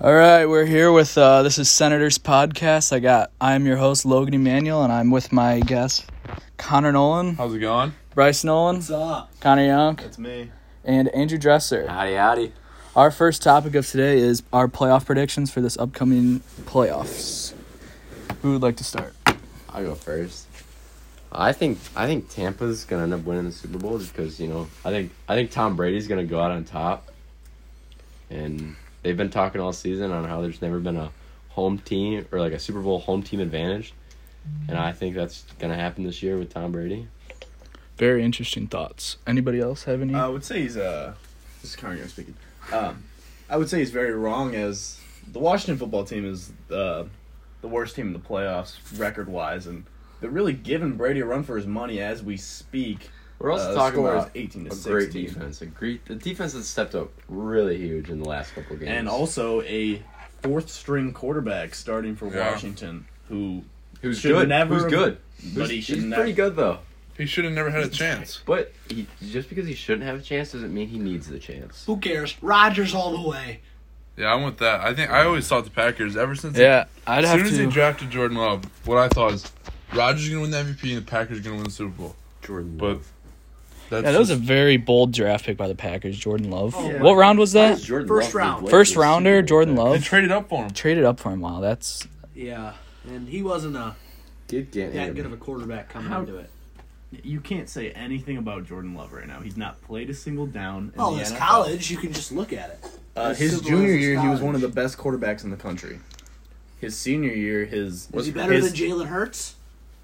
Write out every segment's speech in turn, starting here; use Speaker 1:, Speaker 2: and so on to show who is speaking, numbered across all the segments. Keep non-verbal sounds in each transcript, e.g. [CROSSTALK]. Speaker 1: All right, we're here with uh, this is Senators Podcast. I got I'm your host Logan Emanuel, and I'm with my guest Connor Nolan,
Speaker 2: How's it going?
Speaker 1: Bryce Nolan,
Speaker 3: up?
Speaker 1: Connor Young,
Speaker 3: That's me.
Speaker 1: and Andrew Dresser.
Speaker 4: Howdy, howdy.
Speaker 1: Our first topic of today is our playoff predictions for this upcoming playoffs. Who would like to start?
Speaker 4: I'll go first. I think I think Tampa's gonna end up winning the Super Bowl just because you know I think I think Tom Brady's gonna go out on top, and they've been talking all season on how there's never been a home team or like a Super Bowl home team advantage, and I think that's gonna happen this year with Tom Brady.
Speaker 1: Very interesting thoughts. Anybody else have any?
Speaker 3: I would say he's uh, this is Connor Young speaking. Um, I would say he's very wrong as the Washington football team is uh, the worst team in the playoffs record wise, and they're really giving Brady a run for his money as we speak.
Speaker 4: We're also
Speaker 3: Uh,
Speaker 4: talking
Speaker 3: score is
Speaker 4: about
Speaker 3: 18 to
Speaker 4: a great
Speaker 3: 16.
Speaker 4: defense, a great the defense has stepped up really huge in the last couple games.
Speaker 3: And also a fourth string quarterback starting for
Speaker 2: Yeah.
Speaker 3: Washington, who
Speaker 4: who's
Speaker 3: should
Speaker 4: good?
Speaker 3: never-
Speaker 4: who's good?
Speaker 3: but he
Speaker 4: Who's-
Speaker 3: should
Speaker 4: he's
Speaker 3: never.
Speaker 4: pretty good though.
Speaker 2: He should have never had a chance.
Speaker 4: But he, just because he shouldn't have a chance doesn't mean he needs the chance.
Speaker 5: Who cares? Rodgers all the way.
Speaker 2: Yeah, I want that. I think I always thought the Packers ever since.
Speaker 1: yeah, I'd
Speaker 2: As
Speaker 1: have
Speaker 2: soon as they
Speaker 1: to.
Speaker 2: drafted Jordan Love, what I thought is Rodgers gonna win the MVP and the Packers gonna win the Super Bowl.
Speaker 4: Jordan.
Speaker 2: But that's
Speaker 1: yeah, that was a
Speaker 2: just-
Speaker 1: very bold draft pick by the Packers, Jordan Love.
Speaker 5: Oh,
Speaker 1: What
Speaker 5: yeah.
Speaker 1: round was that?
Speaker 4: Jordan
Speaker 5: First round.
Speaker 4: the
Speaker 1: First
Speaker 4: Super Bowl
Speaker 1: rounder, Jordan
Speaker 4: pick?
Speaker 2: they
Speaker 1: Love.
Speaker 2: traded up on him.
Speaker 1: Traded up for him. Wow, that's
Speaker 5: Yeah, and he wasn't a
Speaker 4: Did get
Speaker 5: that
Speaker 4: him.
Speaker 5: good of a quarterback coming
Speaker 3: How-
Speaker 5: into it.
Speaker 3: you can't say anything about Jordan Love right now. He's not played a single down. In
Speaker 5: Well,
Speaker 3: the
Speaker 5: it's
Speaker 3: NFL.
Speaker 5: Oh, college. You can just look at it.
Speaker 3: Uh,
Speaker 5: As
Speaker 3: his
Speaker 5: civil
Speaker 3: junior
Speaker 5: as it's
Speaker 3: year, he was
Speaker 5: college.
Speaker 3: one of the best quarterbacks in the country. His senior year, his
Speaker 5: Was he better
Speaker 3: his-
Speaker 5: than Jalen Hurts?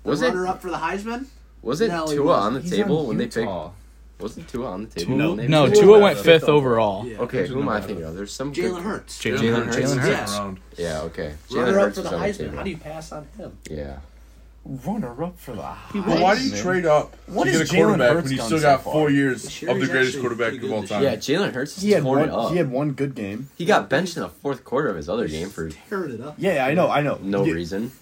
Speaker 5: The
Speaker 4: Was it-
Speaker 5: runner up for the Heisman?
Speaker 4: Was it
Speaker 5: No, he
Speaker 4: Tua
Speaker 5: wasn't.
Speaker 4: on the
Speaker 3: He's
Speaker 4: table
Speaker 3: on
Speaker 4: when they picked?
Speaker 3: Utah.
Speaker 4: Wasn't Tua on the table?
Speaker 3: No,
Speaker 4: when they
Speaker 1: no.
Speaker 4: picked-
Speaker 1: Tua
Speaker 3: Tua
Speaker 1: went
Speaker 3: went
Speaker 1: fifth
Speaker 3: fifth
Speaker 1: overall.
Speaker 5: Yeah.
Speaker 4: Okay, who am I
Speaker 3: Jalen
Speaker 4: thinking of? There's some
Speaker 5: Jalen
Speaker 4: good-
Speaker 5: Hurts.
Speaker 1: Jalen
Speaker 4: Jalen
Speaker 1: Hurts.
Speaker 4: Hurts.
Speaker 1: Jalen Hurts.
Speaker 5: Yes.
Speaker 2: Round.
Speaker 4: Yeah. Okay.
Speaker 5: Runner up for the
Speaker 4: was on
Speaker 5: Heisman.
Speaker 4: table.
Speaker 5: How do you pass on him?
Speaker 4: Yeah.
Speaker 3: runner up for the.
Speaker 2: Well, why do you
Speaker 3: man.
Speaker 2: trade up
Speaker 3: What
Speaker 2: to
Speaker 3: is
Speaker 2: get a
Speaker 3: Jalen
Speaker 2: quarterback
Speaker 3: Hurts
Speaker 2: when you
Speaker 3: done
Speaker 2: still
Speaker 3: so
Speaker 2: got
Speaker 3: far?
Speaker 2: four years
Speaker 5: Sure,
Speaker 2: of the
Speaker 5: he's
Speaker 2: greatest
Speaker 5: actually
Speaker 2: quarterback
Speaker 5: pretty
Speaker 2: of
Speaker 5: good
Speaker 2: all
Speaker 5: this
Speaker 2: time?
Speaker 4: Yeah. Jalen Hurts
Speaker 3: He had
Speaker 4: is torn it
Speaker 3: one.
Speaker 4: up.
Speaker 3: He had one good game.
Speaker 4: He got benched in the fourth quarter of his other game for
Speaker 5: Tearing it up.
Speaker 3: Yeah, I know. I know.
Speaker 4: no
Speaker 3: Yeah,
Speaker 4: reason.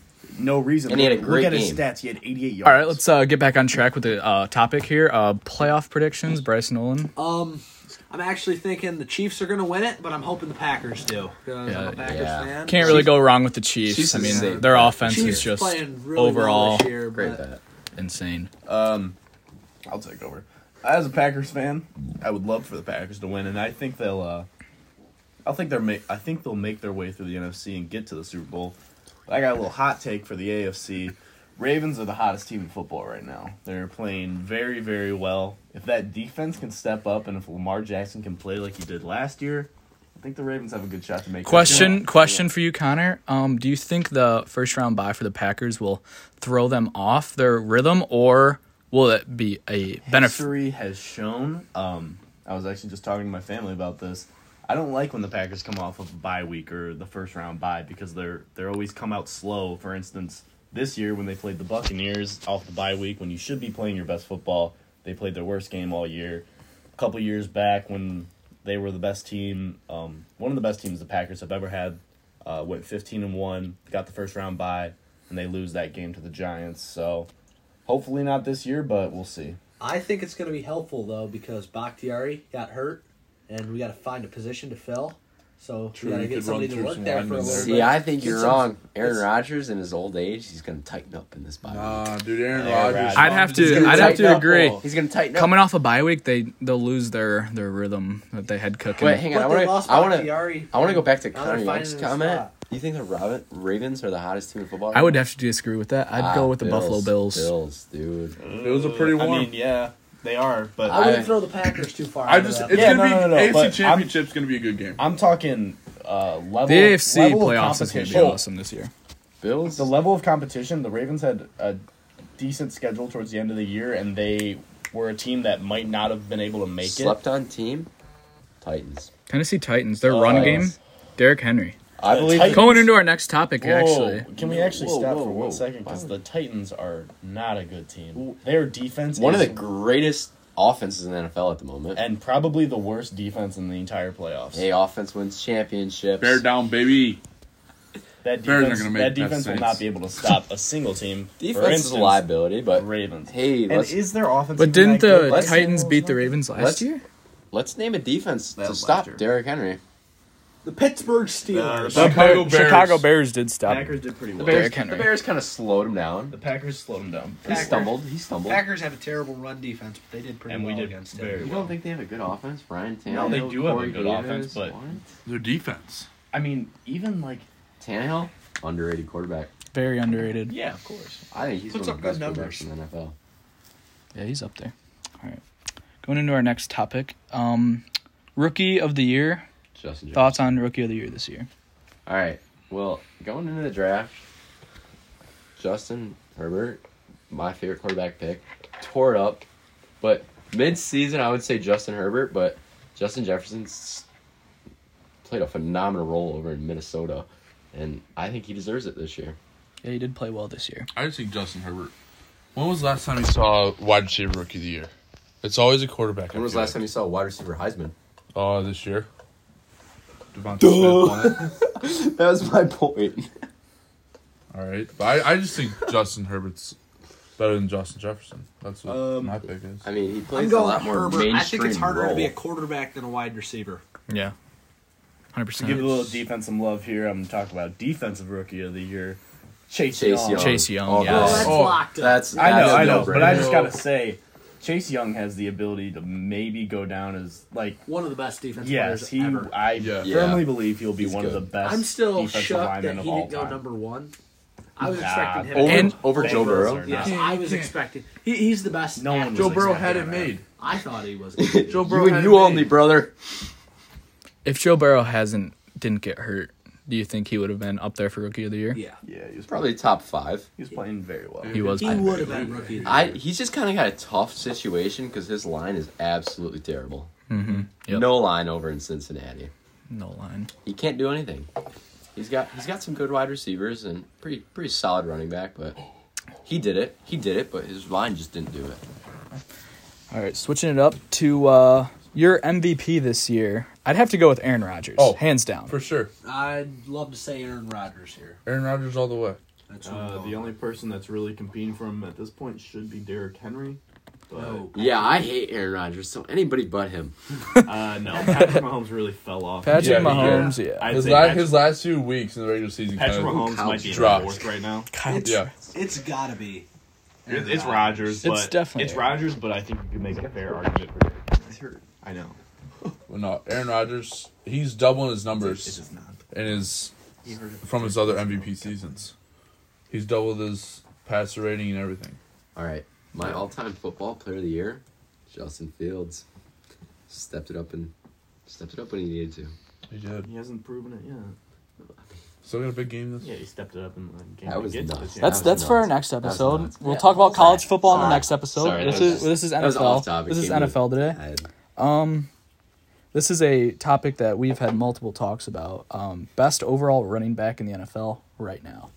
Speaker 3: No reason.
Speaker 4: And he had a
Speaker 3: Look-
Speaker 4: great
Speaker 3: Look at his
Speaker 4: game.
Speaker 3: stats. He had 88 yards.
Speaker 1: All right, let's uh, get back on track with the uh, topic here. Uh, playoff predictions, Bryce Nolan.
Speaker 5: Um, I'm actually thinking the Chiefs are going to win it, but I'm hoping the Packers do. 'cause I'm
Speaker 1: Yeah,
Speaker 5: a Packers
Speaker 4: yeah.
Speaker 5: fan.
Speaker 1: Can't really go wrong with the Chiefs.
Speaker 4: Chiefs
Speaker 1: I
Speaker 4: is
Speaker 1: mean,
Speaker 4: insane.
Speaker 1: their offense
Speaker 5: Chiefs
Speaker 1: is just
Speaker 5: playing really
Speaker 1: overall
Speaker 5: well this year,
Speaker 4: Great
Speaker 5: but
Speaker 4: bet.
Speaker 1: insane.
Speaker 3: Um, I'll take over. As a Packers fan, I would love for the Packers to win, and I think they'll. Uh, I think they're. Ma- I think they'll make their way through the NFC and get to the Super Bowl. But I got a little hot take for the AFC. Ravens are the hottest team in football right now. They're playing very, very well. If that defense can step up, and if Lamar Jackson can play like he did last year, I think the Ravens have a good shot to make. it.
Speaker 1: Question, question for you, Connor. Um, do you think the first round bye for the Packers will throw them off their rhythm, or will it be a benefit?
Speaker 3: history has shown. Um, I was actually just talking to my family about this. I don't like when the Packers come off of a bye week or the first round bye because they're they're always come out slow. For instance, this year when they played the Buccaneers off the bye week, when you should be playing your best football, they played their worst game all year. A couple years back when they were the best team, um, one of the best teams the Packers have ever had, uh, went fifteen and one, got the first round bye, and they lose that game to the Giants. So hopefully not this year, but we'll see.
Speaker 5: I think it's going to be helpful though because Bakhtiari got hurt, and we got to find a position to fill. So
Speaker 2: True,
Speaker 5: we got to
Speaker 2: you
Speaker 5: get
Speaker 2: could run
Speaker 5: somebody to
Speaker 2: through
Speaker 5: work
Speaker 2: some
Speaker 5: there for a
Speaker 2: linemen
Speaker 5: little
Speaker 2: there.
Speaker 5: bit.
Speaker 4: See, I think
Speaker 5: Get
Speaker 4: you're
Speaker 5: some-
Speaker 4: wrong. Aaron
Speaker 5: it's-
Speaker 4: Rodgers in his old age, he's gonna tighten up in this body.
Speaker 2: Nah, Uh, dude, Aaron
Speaker 3: Aaron
Speaker 2: Rodgers.
Speaker 3: Rodgers. I'd
Speaker 1: have
Speaker 2: He's
Speaker 1: to-
Speaker 2: gonna
Speaker 1: I'd have
Speaker 2: tighten
Speaker 1: to
Speaker 2: up
Speaker 1: agree.
Speaker 2: all.
Speaker 4: He's gonna tighten up.
Speaker 1: Coming off a bye week, they they'll lose their their rhythm that they had cooking.
Speaker 4: Wait, hang on.
Speaker 5: But
Speaker 4: I
Speaker 5: they
Speaker 4: want
Speaker 5: lost
Speaker 4: to. I want to.
Speaker 5: Bakhtiari.
Speaker 4: I want to go back to
Speaker 5: Now they're
Speaker 4: Connor
Speaker 5: finding
Speaker 4: Young's
Speaker 5: his
Speaker 4: comment.
Speaker 5: spot.
Speaker 4: Do you think the Robin, Ravens are the hottest team in football? Ah,
Speaker 1: I would have to disagree with that. I'd go with the Buffalo Bills.
Speaker 4: Bills, dude.
Speaker 2: It was a pretty
Speaker 3: I
Speaker 2: warm.
Speaker 3: mean, yeah, they are, but
Speaker 5: I wouldn't
Speaker 4: I-
Speaker 5: throw the Packers too
Speaker 4: [LAUGHS]
Speaker 5: far.
Speaker 2: I
Speaker 5: out of
Speaker 2: just
Speaker 5: that.
Speaker 2: it's
Speaker 3: Yeah,
Speaker 2: gonna
Speaker 3: no, no,
Speaker 2: be
Speaker 3: no, but
Speaker 2: AFC
Speaker 3: I'm-
Speaker 2: Championship's gonna be a good game.
Speaker 3: I'm talking uh, level.
Speaker 1: The AFC
Speaker 3: level of
Speaker 1: playoffs is going to be
Speaker 3: competition. Oh,
Speaker 1: awesome this year.
Speaker 4: Bills.
Speaker 3: The level of competition. The Ravens had a decent schedule towards the end of the year, and they were a team that might not have been able to make
Speaker 4: slept on team. Titans.
Speaker 1: Tennessee Titans, their
Speaker 3: Oh,
Speaker 1: run
Speaker 3: yes.
Speaker 1: game, Derrick Henry.
Speaker 4: I believe.
Speaker 3: Titans-
Speaker 1: Going into our next topic,
Speaker 3: it.
Speaker 1: actually.
Speaker 3: Whoa, can we actually
Speaker 4: Whoa,
Speaker 3: stop
Speaker 4: whoa,
Speaker 3: for
Speaker 4: whoa.
Speaker 3: one second? Because
Speaker 4: Wow.
Speaker 3: the Titans are not a good team. Their defense,
Speaker 4: one of
Speaker 3: is-
Speaker 4: the greatest offenses in the NFL at the moment.
Speaker 3: and probably the worst defense in the entire playoffs.
Speaker 4: Hey, offense wins championships.
Speaker 2: Bear down, baby.
Speaker 3: that
Speaker 2: Bears aren't
Speaker 3: defense,
Speaker 2: gonna make
Speaker 3: that
Speaker 2: that
Speaker 3: defense will
Speaker 2: Saints.
Speaker 3: not be able to stop a single
Speaker 4: [LAUGHS]
Speaker 3: team. For
Speaker 4: Defense is a
Speaker 3: instance,
Speaker 4: liability, but
Speaker 3: Ravens.
Speaker 4: hey,
Speaker 3: And
Speaker 4: let's
Speaker 3: is their offense?
Speaker 1: But didn't the
Speaker 4: Let's-
Speaker 1: Titans beat the Ravens last
Speaker 4: let's-
Speaker 1: year?
Speaker 4: let's name a defense
Speaker 3: That
Speaker 4: to
Speaker 3: was
Speaker 4: stop
Speaker 3: last year.
Speaker 4: Derrick Henry.
Speaker 5: The Pittsburgh
Speaker 2: Nah,
Speaker 5: Steelers.
Speaker 2: the Chicago Bears.
Speaker 1: Chicago Bears did stop.
Speaker 3: Packers did pretty
Speaker 4: The
Speaker 3: well.
Speaker 4: Bears,
Speaker 1: Derrick Henry.
Speaker 4: the Bears kind of slowed him down.
Speaker 3: The Packers slowed them down.
Speaker 4: He [LAUGHS]
Speaker 5: Packers.
Speaker 4: stumbled. He stumbled.
Speaker 5: Packers have a terrible run defense, but they did pretty
Speaker 3: And we
Speaker 5: well
Speaker 3: did
Speaker 5: against
Speaker 3: very
Speaker 5: it.
Speaker 4: You don't think they have a good offense, Brian Tannehill?
Speaker 3: No, they do have a
Speaker 4: Corey
Speaker 3: good
Speaker 4: Davis,
Speaker 3: offense, but-
Speaker 4: what?
Speaker 2: Their defense.
Speaker 3: I mean, even like
Speaker 4: Tannehill, underrated quarterback.
Speaker 1: Very underrated.
Speaker 3: yeah, of course.
Speaker 4: I think he's
Speaker 5: Puts
Speaker 4: one of the
Speaker 5: up
Speaker 4: best
Speaker 5: good
Speaker 4: quarterbacks in the NFL.
Speaker 1: Yeah, he's up there. All right. Going into our next topic. Um, rookie of the year.
Speaker 4: Justin Jefferson.
Speaker 1: Thoughts on rookie of the year this year?
Speaker 4: All right. Well, going into the draft, Justin Herbert, my favorite quarterback pick, tore it up. But mid-season, I would say Justin Herbert, but Justin Jefferson s- played a phenomenal role over in Minnesota, and I think he deserves it this year.
Speaker 1: Yeah, he did play well this year.
Speaker 2: I just think Justin Herbert. When was the last time you saw a wide receiver rookie of the year? It's always a quarterback.
Speaker 4: When was the last time you saw a wide receiver Heisman?
Speaker 2: Oh, this year. Devontae Smith won it.
Speaker 4: [LAUGHS] that was my point.
Speaker 2: [LAUGHS] All right, but I, I just think Justin Herbert's better than Justin Jefferson. That's what
Speaker 3: Um,
Speaker 2: my pick is.
Speaker 4: I mean, he plays
Speaker 5: I'm
Speaker 4: a
Speaker 5: going
Speaker 4: lot more
Speaker 5: Herbert.
Speaker 4: mainstream
Speaker 5: I think it's harder
Speaker 4: role.
Speaker 5: to be a quarterback than a wide receiver.
Speaker 1: Yeah.
Speaker 3: To give a
Speaker 1: 100%.
Speaker 3: little defense some love here, I'm talking about defensive rookie of the year, Chase,
Speaker 4: Chase
Speaker 3: Young.
Speaker 4: Young.
Speaker 1: Chase Young,
Speaker 4: Oh,
Speaker 1: yes.
Speaker 5: Oh, that's
Speaker 2: Oh,
Speaker 5: locked up.
Speaker 4: That's,
Speaker 3: I know,
Speaker 4: that's a
Speaker 3: I know, but I
Speaker 4: no-brainer.
Speaker 3: just gotta say, Chase Young has the ability to maybe go down as like
Speaker 5: one of the best defense
Speaker 3: yes,
Speaker 5: players
Speaker 3: he.
Speaker 5: ever.
Speaker 3: I
Speaker 2: Yeah.
Speaker 3: firmly believe he'll be
Speaker 4: He's
Speaker 3: one of
Speaker 4: good.
Speaker 3: the best.
Speaker 5: I'm still
Speaker 3: defensive
Speaker 5: shocked
Speaker 3: linemen
Speaker 5: that
Speaker 3: of
Speaker 5: he
Speaker 3: all
Speaker 5: didn't go
Speaker 3: time.
Speaker 5: number one. I was
Speaker 3: Nah,
Speaker 5: expecting him.
Speaker 4: over,
Speaker 1: And-
Speaker 4: over Joe
Speaker 3: Bengals
Speaker 4: Burrow.
Speaker 3: are
Speaker 5: yeah,
Speaker 3: not-
Speaker 2: You
Speaker 5: I
Speaker 2: can't-
Speaker 5: was
Speaker 2: you can't.
Speaker 5: expecting. He, he's the best.
Speaker 3: No one
Speaker 5: athlete.
Speaker 3: was
Speaker 2: Joe Burrow
Speaker 3: expecting
Speaker 2: had it
Speaker 3: that.
Speaker 2: made.
Speaker 5: I thought
Speaker 4: [LAUGHS]
Speaker 5: he was.
Speaker 2: Joe Burrow
Speaker 4: you
Speaker 2: had
Speaker 4: and
Speaker 2: it
Speaker 4: you only,
Speaker 2: made.
Speaker 4: brother.
Speaker 1: If Joe Burrow hasn't didn't get hurt, do you think he would have been up there for rookie of the year?
Speaker 5: yeah,
Speaker 3: Yeah, he was probably
Speaker 4: Probably top five.
Speaker 3: he was playing very well.
Speaker 1: He was.
Speaker 5: he would have been rookie. of the
Speaker 4: I
Speaker 5: year.
Speaker 4: he's just kind of got a tough situation because his line is absolutely terrible.
Speaker 1: Mm-hmm. Yep.
Speaker 4: No line over in Cincinnati.
Speaker 1: No line.
Speaker 4: He can't do anything. He's got he's got some good wide receivers and pretty pretty solid running back, but he did it. He did it, but his line just didn't do it.
Speaker 1: All right, switching it up to uh, your MVP this year. I'd have to go with Aaron Rodgers,
Speaker 2: Oh,
Speaker 1: hands down.
Speaker 2: for sure.
Speaker 5: I'd love to say Aaron Rodgers here.
Speaker 2: Aaron Rodgers all the way.
Speaker 5: That's what I'm
Speaker 3: Uh,
Speaker 5: going
Speaker 3: the
Speaker 5: with.
Speaker 3: only person that's really competing for him at this point should be Derrick Henry. But,
Speaker 5: No.
Speaker 4: Yeah, I hate Aaron Rodgers, so anybody but him.
Speaker 3: uh, no, [LAUGHS] Patrick Mahomes really fell off.
Speaker 1: Patrick
Speaker 2: Yeah, he
Speaker 1: Mahomes, yeah.
Speaker 3: I'd
Speaker 2: His,
Speaker 3: say
Speaker 2: la-
Speaker 3: Pat-
Speaker 2: his last few weeks in the regular season.
Speaker 3: Patrick
Speaker 2: kinda-
Speaker 3: Mahomes might be in
Speaker 2: dropped.
Speaker 3: fourth right now.
Speaker 5: It's,
Speaker 2: Yeah.
Speaker 5: it's gotta be.
Speaker 3: It's, it's Rodgers. But
Speaker 1: It's definitely
Speaker 3: it's Rodgers, but I think you can make a fair argument for Derrick. I know.
Speaker 2: Well, no, Aaron Rodgers. He's doubling his
Speaker 3: It
Speaker 2: numbers
Speaker 3: is not.
Speaker 2: in his
Speaker 3: You heard it.
Speaker 2: from his other MVP seasons. He's doubled his passer rating and everything.
Speaker 4: All right, my all-time football player of the year, Justin Fields, stepped it up and stepped it up when he needed to.
Speaker 2: He did.
Speaker 3: He hasn't proven it yet.
Speaker 2: Still got a big game this.
Speaker 3: Yeah, he stepped it up in the game.
Speaker 4: That was
Speaker 3: against
Speaker 4: nuts.
Speaker 3: us, yeah.
Speaker 1: That's
Speaker 4: That was
Speaker 1: that's for our
Speaker 4: nuts.
Speaker 1: next
Speaker 4: was
Speaker 1: episode.
Speaker 4: nuts.
Speaker 1: We'll
Speaker 4: Yeah,
Speaker 1: talk about college football in the
Speaker 4: Sorry.
Speaker 1: next episode.
Speaker 4: Sorry,
Speaker 1: this
Speaker 4: that was
Speaker 1: is this is
Speaker 4: That was
Speaker 1: NFL.
Speaker 4: off topic.
Speaker 1: This is
Speaker 4: Can't believe
Speaker 1: NFL today.
Speaker 4: I-
Speaker 1: Um, this is a topic that we've had multiple talks about. Um, best overall running back in the NFL right now.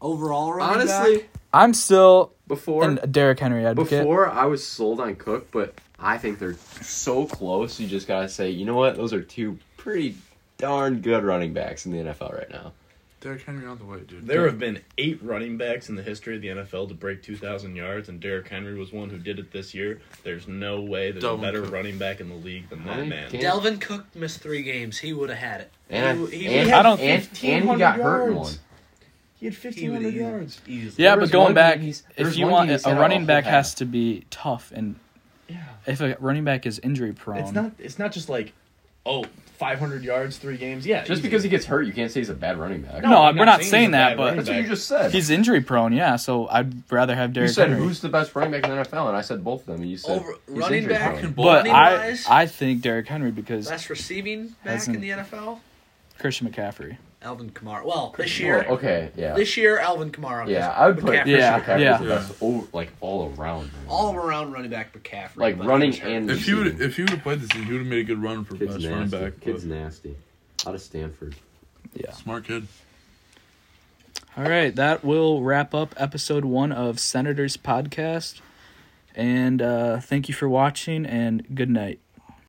Speaker 5: Overall, running
Speaker 4: Honestly,
Speaker 5: back, uh,
Speaker 1: I'm still
Speaker 4: before
Speaker 1: an Derrick Henry advocate.
Speaker 4: Before I was sold on Cook, but I think they're so close. You just gotta say, you know what? Those are two pretty darn good running backs in the NFL right now.
Speaker 2: Derrick Henry all the way, dude.
Speaker 3: There have been eight running backs in the history of the NFL to break 2,000 yards, and Derrick Henry was one who did it this year. There's no way there's
Speaker 2: Dalvin
Speaker 3: a better
Speaker 2: Cook.
Speaker 3: running back in the league than
Speaker 4: I
Speaker 3: that man.
Speaker 4: can't-
Speaker 5: Delvin Cook missed three games. He would have had it.
Speaker 4: And I,
Speaker 5: He- he
Speaker 4: and,
Speaker 5: had
Speaker 1: I don't-
Speaker 4: and, and he
Speaker 3: 1,500
Speaker 4: got hurt in
Speaker 3: yards.
Speaker 4: one.
Speaker 3: He had
Speaker 5: He would
Speaker 3: 1,500
Speaker 5: have
Speaker 3: yards.
Speaker 5: easily.
Speaker 1: Yeah,
Speaker 4: There was
Speaker 1: but going
Speaker 4: one
Speaker 1: back,
Speaker 4: game he's- there
Speaker 1: if
Speaker 4: was
Speaker 1: you
Speaker 4: one
Speaker 1: want
Speaker 4: game he's
Speaker 1: a
Speaker 4: had
Speaker 1: running
Speaker 4: awful
Speaker 1: back,
Speaker 4: half.
Speaker 1: has to be tough, and
Speaker 3: Yeah.
Speaker 1: if a running back is injury prone,
Speaker 3: It's not. It's not just like, oh, 500 yards, three games. Yeah.
Speaker 4: Just
Speaker 3: easy.
Speaker 4: because he gets hurt, you can't say he's a bad running back.
Speaker 1: No,
Speaker 3: I'm
Speaker 1: we're not saying
Speaker 3: he's a
Speaker 1: that,
Speaker 3: bad
Speaker 1: but-
Speaker 3: running
Speaker 4: that's what you
Speaker 3: back.
Speaker 4: just said.
Speaker 1: he's injury prone. Yeah, so I'd rather have
Speaker 4: you
Speaker 1: Derrick
Speaker 4: said
Speaker 1: Henry.
Speaker 4: who's the best running back in the NFL, and I said both of them, and you said
Speaker 5: Over-
Speaker 4: he's
Speaker 5: running
Speaker 4: injury
Speaker 5: back
Speaker 4: prone.
Speaker 2: and
Speaker 1: but I,
Speaker 5: Running-wise?
Speaker 1: I think Derrick Henry because
Speaker 5: Best receiving back
Speaker 1: Hasn't-
Speaker 5: in the NFL,
Speaker 1: Christian McCaffrey.
Speaker 5: Alvin Kamara. Well, this year,
Speaker 4: Okay, yeah,
Speaker 5: this year, Alvin Kamara.
Speaker 4: yeah,
Speaker 5: was
Speaker 4: I would put
Speaker 5: McCaffrey.
Speaker 4: Christian
Speaker 1: Yeah,
Speaker 4: McCaffrey
Speaker 1: yeah.
Speaker 4: as the best, o- like all around. man.
Speaker 5: all around running back McCaffrey,
Speaker 4: Like,
Speaker 5: but he
Speaker 4: running
Speaker 5: was hurt.
Speaker 4: and-
Speaker 2: If he would, if he would have played this, season, he would have made a good run for
Speaker 4: Kid's
Speaker 2: best running
Speaker 4: nasty.
Speaker 2: back.
Speaker 4: Kid's
Speaker 2: but
Speaker 4: nasty. Out of Stanford.
Speaker 2: Smart kid.
Speaker 1: All right, that will wrap up episode one of Senators Podcast. And uh, thank you for watching, and good night.